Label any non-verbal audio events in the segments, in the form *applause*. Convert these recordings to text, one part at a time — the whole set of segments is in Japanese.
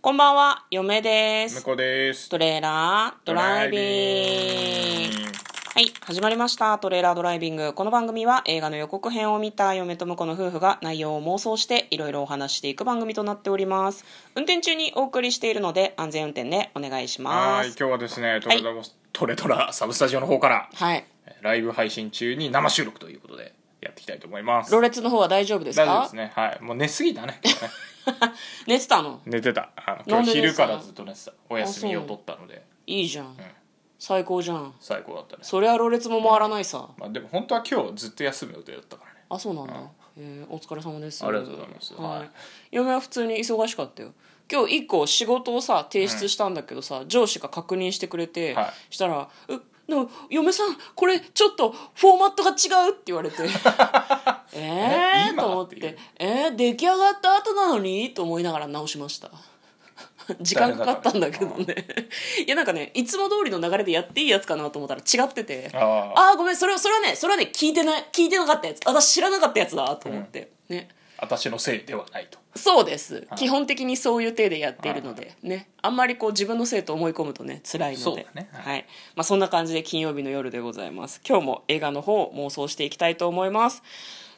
こんばんは、嫁で向す。こうですトレーラードライビング。はい、始まりました。トレーラードライビング。この番組は映画の予告編を見た嫁と婿の夫婦が内容を妄想していろいろお話していく番組となっております。運転中にお送りしているので安全運転でお願いしはまい今す。日はですねトレドラ、トレドラサブスタジオの方からはい。ライブ配信中に生収録ということでやっていきたいと思いますロレツの方は大丈夫です大丈夫かですねはいもう寝すぎ *laughs* たね寝てたの寝てたあなの今んで日で昼すかからずっと寝てたお休みを取ったのでいいじゃん。最高じゃん。最高だったねそりゃロレツも回らないさ。まあでも本当は今日ずっと休む予定だったからねあそうなんだ、えーお疲れ様ですありがとうございますははいい、嫁は普通に忙しかったよ今日一個仕事をさ提出したんだけどさ、上司が確認してくれて、はしたら「うでも嫁さんこれちょっとフォーマットが違う」って言われ *laughs* てええーと思っ今っていてう「えー、出来上がった後なのに?」と思いながら直しました *laughs* 時間かかったんだけどねいやなんかねいつも通りの流れでやっていいやつかなと思ったら違っててあああーごめんそれはそれはねそれはね聞いてない聞いてなかったやつ私知らなかったやつだと思って、ね私のせいではないとそうです基本的にそういう体でやっているのでねあんまりこう自分のせいと思い込むとね辛いのそうでだ、ねはいはいまあ、そんな感じで金曜日の夜でございます今日も映画の方を妄想していきたいと思います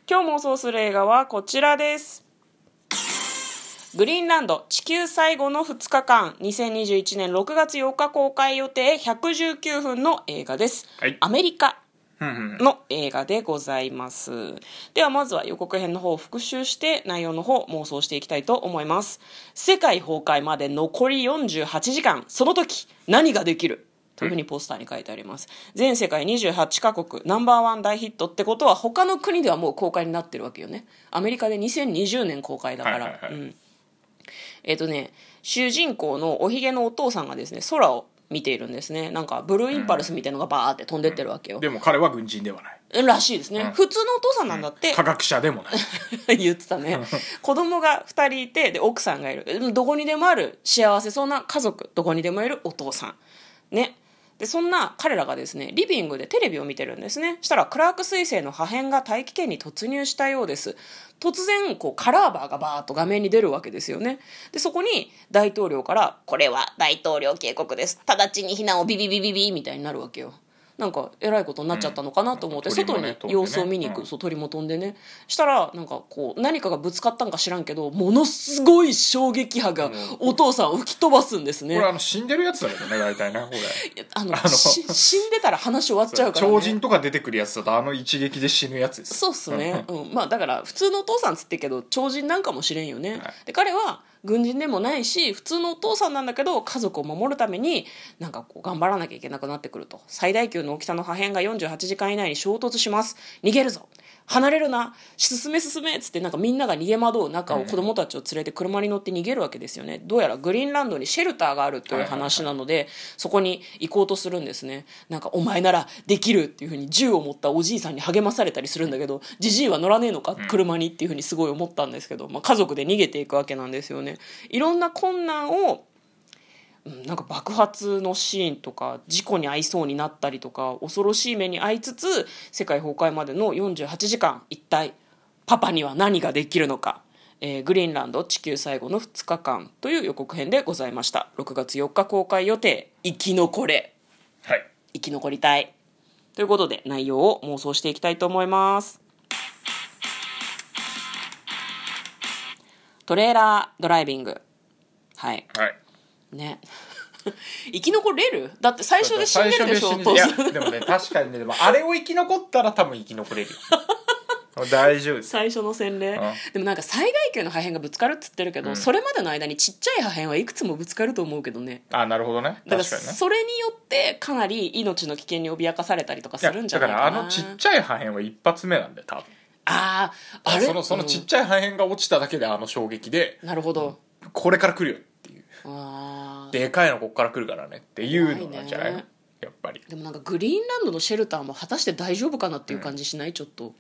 今日妄想する映画はこちらですグリーンランド地球最後の2日間2021年6月8日公開予定119分の映画です、はいアメリカうんうんの映画でございますではまずは予告編の方を復習して内容の方を妄想していきたいと思います世界崩壊まで残り48時間その時何ができるというふうにポスターに書いてあります全世界28カ国ナンバーワン大ヒットってことは他の国ではもう公開になってるわけよねアメリカで2020年公開だから、はいはいはいうんえっ、とね主人公のおひげのお父さんがですね空を見ているんですねなんかブルーインパルスみたいのがバーって飛んでってるわけよ、でも彼は軍人ではないらしいですね、普通のお父さんなんだって科、学者で *laughs* もない言ってた *laughs* ね子供が2人いてで奥さんがいるでもどこにでもある幸せそうな家族どこにでもいるお父さんねでそんな彼らがですねリビングでテレビを見てるんですねしたらクラーク彗星の破片が大気圏に突入したようです突然こうカラーバーがバーッと画面に出るわけですよねでそこに大統領から「これは大統領警告です直ちに避難をビビビビビ」みたいになるわけよなんかえらいことになっちゃったのかなと思って、うん外に鳥もね様子を見に行く、うんそう鳥も飛んでねしたらなんかこう何かがぶつかったんか知らんけどものすごい衝撃波がお父さんを吹き飛ばすんですね、これあの死んでるやつだけどね大体ねこれいやあのあのし死んでたら話終わっちゃうから、ね、超人とか出てくるやつだとあの一撃で死ぬやつですそうっすね、うん、まあだから普通のお父さんつってっけど超人なんかもしれんよね、はいで彼は軍人でもないし普通のお父さんなんだけど家族を守るためになんかこう頑張らなきゃいけなくなってくると最大級の大きさの破片が48時間以内に衝突します逃げるぞ離れるな進め進めっつってなんかみんなが逃げ惑う中を子供たちを連れて車に乗って逃げるわけですよねどうやらグリーンランドにシェルターがあるという話なので、そこに行こうとするんですねなんか「お前ならできる」っていうふうに銃を持ったおじいさんに励まされたりするんだけどじじいは乗らねえのか車にっていうふうにすごい思ったんですけど、まあ、家族で逃げていくわけなんですよね。いろんな困難をうんなんか爆発のシーンとか事故に遭いそうになったりとか恐ろしい目に遭いつつ世界崩壊までの48時間一体パパには何ができるのか、えーグリーンランド地球最後の2日間という予告編でございました6月4日公開予定生き残れはい生き残りたいということで内容を妄想していきたいと思いますトレーラードライビングはいはいね *laughs* 生き残れるだって最初で死んでるでしょ最お初で父死さんでいやんでもね確かにねでもあれを生き残ったら多分生き残れ *laughs* るよ大丈夫です最初の洗礼んでもなんか最大級の破片がぶつかるっつってるけど、それまでの間にちっちゃい破片はいくつもぶつかると思うけどねあなるほどねだから確かにねそれによってかなり命の危険に脅かされたりとかいすやるんじゃだなかいからなあのちっちゃい破片は一発目なんだよ多分あーあれそのそのちっちゃい破片が落ちただけであの衝撃でうんなるほど、これから来るよっていうあーでかいのこっから来るからねっていうのなんじゃ怖ないいねやっぱりでもなんかグリーンランドのシェルターも果たして大丈夫かなっていう感じしない、ちょっと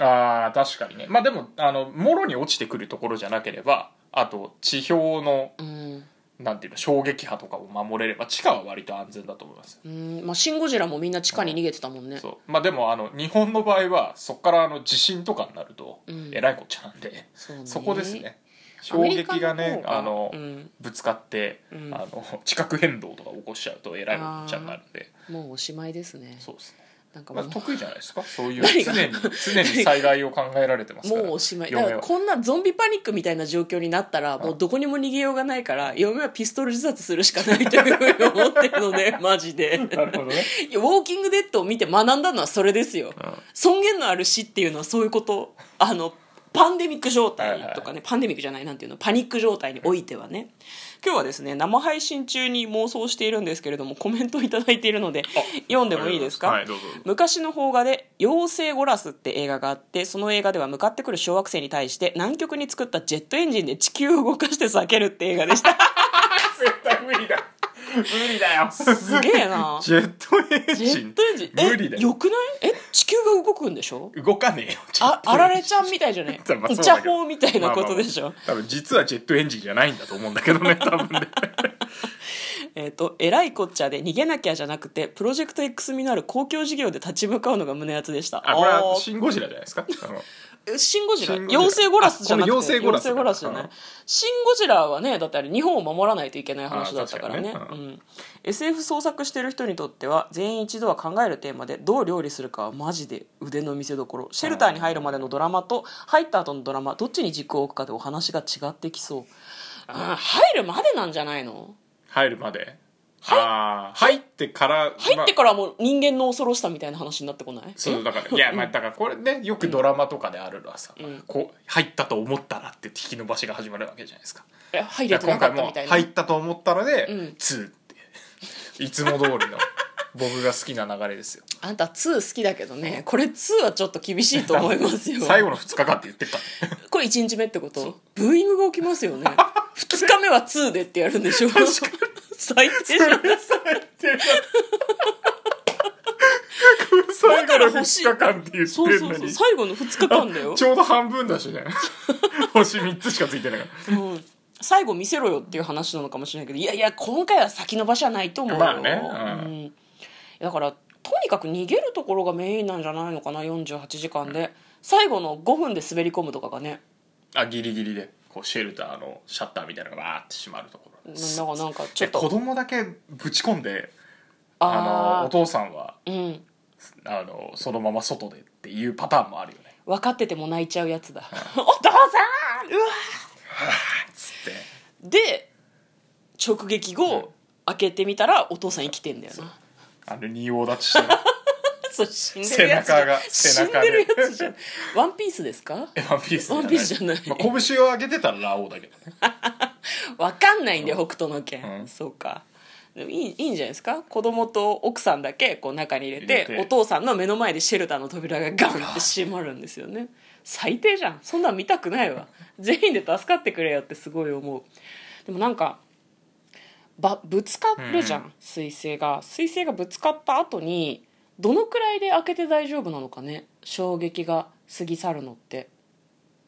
ああ確かにねまあでもあのもろに落ちてくるところじゃなければあと地表のうんなんていうの衝撃波とかを守れれば地下は割と安全だと思いますようんまあシン・ゴジラもみんな地下に逃げてたもんね、そうまあでもあの日本の場合はそこからあの地震とかになるとうんえらいこっちゃなんで、そうねそこですね衝撃がねあの、うんぶつかって、うんあの地殻変動とか起こしちゃうとえらいおっちゃになるんでもうおしまいですねそうですね、なんかまもあ、う得意じゃないですかそういう何常がに常に災害を考えられてますもからうおしまいだ嫁かはらこんなゾンビパニックみたいな状況になったらもうどこにも逃げようがないから嫁はピストル自殺するしかないというふうに思ってるの *laughs* でマジでなるほどね、いやウォーキングデッドを見て学んだのはそれですようん尊厳のある死っていうのはそういうことあのパンデミック状態とかね、はいはパンデミックじゃないなんていうのパニック状態においてはね今日はですね生配信中に妄想しているんですけれどもコメントをいただいているので読ん *laughs* でもいいですかはいどうぞ *laughs* 昔の邦画で「妖精ゴラス」って映画があってその映画では向かってくる小惑星に対して南極に作ったジェットエンジンで地球を動かして避けるって映画で *laughs* した絶対無理だ無理だよすげえなジェットエンジジンェットエンジンえ無理だよよくないえ地球が動くんでしょ動かねえよああられちゃんみたいじゃね *laughs* まあおそうだけど茶法みたいなことでしょ、まあまあまあ多分実はジェットエンジンじゃないんだと思うんだけ *laughs* どね多分ねえっ、と、えらいこっちゃで逃げなきゃじゃなくて、プロジェクト X 味のある公共事業で立ち向かうのが胸熱でした。あこれはあーシン・ゴジラじゃないですかあのえシン・ゴジラシンゴジラ妖精ゴラスじゃなくてあこの妖精ゴラス妖じゃない、うんシン・ゴジラはねだってあれ日本を守らないといけない話だったからねあ確かうにん、SF 創作してる人にとっては全員一度は考えるテーマでどう料理するかはマジで腕の見せ所シェルターに入るまでのドラマと入った後のドラマどっちに軸を置くかでお話が違ってきそうあー入るまでなんじゃないの入るまであー入ってから入ってまあからもう人間の恐ろしさみたいな話になってこないそうだからいやまあだからこれねよくドラマとかであるのはさ、んこう入ったと思ったらって引き伸ばしが始まるわけじゃないですかえ入じゃれてあなか今回ったもみたいな入ったと思ったらで、うん2っていつも通りの *laughs* 僕が好きな流れですよあんた2好きだけどねこれ2はちょっと厳しいと思いますよ最後の2日間って言ってたこれ1日目ってことブーイングが起きます *laughs* よね2日目は2でってやるんでしょ確か最低じゃん最後の欲しい2日間って言ってそうるそのうそう *laughs* に最後の2日間だよち、ょうど半分だし *laughs* ね星3つしかついてないからうん、最後見せろよっていう話なのかもしれないけどいやいや今回は先延ばしはないと思うよ、まあねううんだからとにかく逃げるところがメインなんじゃないのかな48時間で最後の5分で滑り込むとかがねあギリギリでこうシェルターのシャッターみたいなのがバーって閉まるところなんかなんかちょでっと子供だけぶち込んであのおあ父さんはあうんあのそのまま外でっていうパターンもあるよね分かってても泣いちゃうやつだ *laughs* お父さんうわつってで直撃後、うん開けてみたらお父さん生きてんだよなあの仁王立ちして *laughs* るそう死んでるやつじ背中ゃんが死背ん中でるでやつじゃんワンピースですかワンピースじゃないワンピースじゃないまあ、拳を上げてたらラオウだけどねわかんないんだよ北斗の拳、うんそうかでもいいいいんじゃないですか子供と奥さんだけこう中に入れて入れてお父さんの目の前でシェルターの扉がガンって閉まるんですよね最低じゃんそんなん見たくない *laughs* わ全員で助かってくれよってすごい思うでもなんかばぶつかるじゃうん彗星が彗星がぶつかった後にどのくらいで開けて大丈夫なのかね衝撃が過ぎ去るのって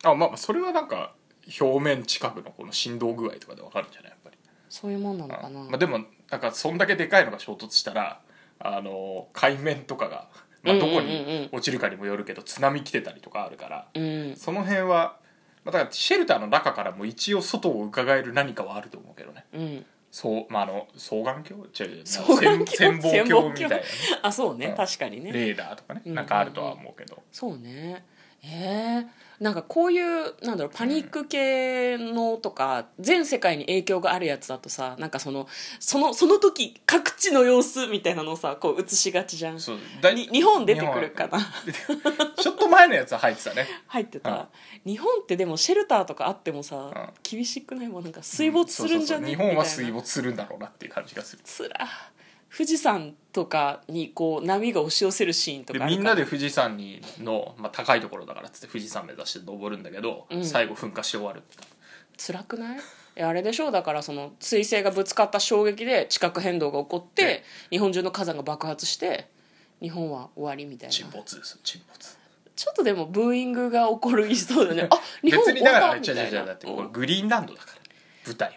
あまあまあそれはなんか表面近くのこの振動具合とかでわかるんじゃないやっぱりそういうもんなのかな、まあ、でもなんかそんだけでかいのが衝突したらあの海面とかが、まあ、どこうんうんうんうんに落ちるかにもよるけど津波来てたりとかあるからうんその辺は、まあ、だからシェルターの中からも一応外を伺える何かはあると思うけどねうんそう、まあ、あの双眼鏡違う違う双眼鏡 *laughs* 潜望鏡みたいなね、あそうね、うん確かにねレーダーとかねうんなんかあるとは思うけど、そうねえー、なんかこういうなんだろうパニック系のとか、全世界に影響があるやつだとさなんかそのそのその時各地の様子みたいなのをさこう映しがちじゃんそうだいに日本出てくるかな *laughs* ちょっと前のやつは入ってたね入ってた、日本ってでもシェルターとかあってもさ、うん厳しくないもんなんか水没するんじゃね、そうそうそう日本はみたい水な没するんだろうなっていう感じがするつら富士山とかにこう波が押し寄せるシーンとでかあるからみんなで富士山にの、まあ、高いところだからっつって富士山目指して登るんだけど、うん最後噴火して終わるって辛くないいやあれでしょうだからその彗星がぶつかった衝撃で地殻変動が起こってえ日本中の火山が爆発して日本は終わりみたいなち沈没です沈没ょっとでもブーイングが起こるいそう *laughs* だねあ日本別終にだわかっらたみ違うた違うい違なうだってうこれんグリーンランドだから舞台は、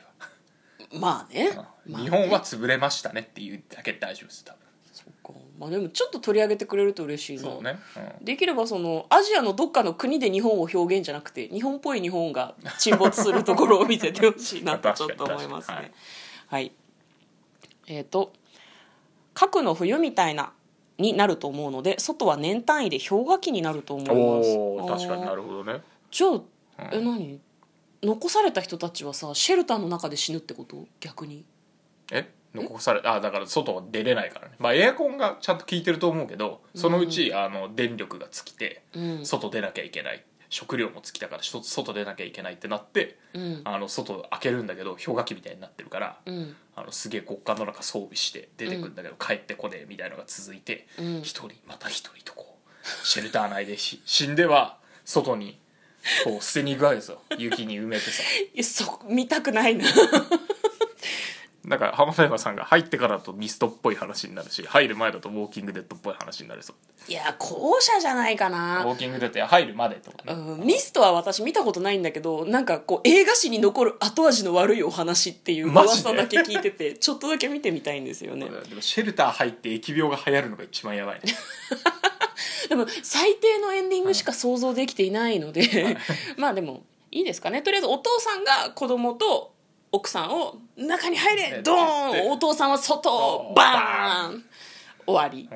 まあね、まあ日本は潰れましたねっていうだけで大丈夫です多分そっかまあでもちょっと取り上げてくれると嬉しいなそうね、うんできればそのアジアのどっかの国で日本を表現じゃなくて日本っぽい日本が沈没するところを見せてほしいなとちょ確っかにと思いますね。確かにははいい、えっ、と核の冬みたいなになると思うので外は年単位で氷河期になると思います。おお確かになるるほどねじゃあえうん何残された人たちはさシェルターの中で死ぬってこと逆にえ残されあだから外は出れないからねまあエアコンがちゃんと効いてると思うけどそのうち、あの電力が尽きてうん、外出なきゃいけない食料も尽きたからしょ外出なきゃいけないってなってうんあの外開けるんだけど氷河期みたいになってるからうんあのすげえ国家の中装備して出てくんだけど、帰ってこねえみたいのが続いてうん一、人また一人とこうシェルター内でし *laughs* 死んでは外にこう捨てに行くわけですよ雪に埋めてさいやそ見たくないなだから浜田山さんが入ってからだとミストっぽい話になるし入る前だとウォーキングデッドっぽい話になるそういや後者じゃないかウなォーキングデッドや入るまでとかね、うんミストは私見たことないんだけどなんかこう映画史に残る後味の悪いお話っていうマジで噂だけ聞いてて *laughs* ちょっとだけ見てみたいんですよねでもシェルター入って疫病が流行るのが一番やばいねでも最低のエンディングしか想像できていないので *laughs* まあでもいいですかねとりあえずお父さんが子供と奥さんを「中に入れドーン!」お父さんは外バーン終わり、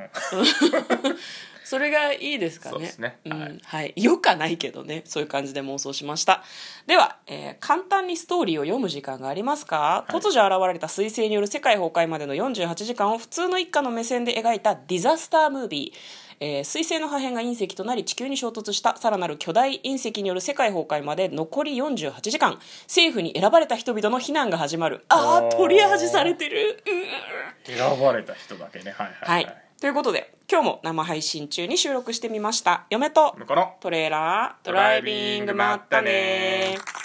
*laughs* それがいいですかねそうですねうんははいいよくはないけどねそういう感じで妄想しましたでは、えー簡単にストーリーを読む時間がありますか、はい突如現れた彗星による世界崩壊までの48時間を普通の一家の目線で描いたディザスタームービー、えー彗星の破片が隕石となり地球に衝突したさらなる巨大隕石による世界崩壊まで残り48時間政府に選ばれた人々の避難が始まるあおーー取り味されてるうー選ばれた人だけねはいははいい、ということで今日も生配信中に収録してみました嫁と向こうのトレーラードライビングまったねー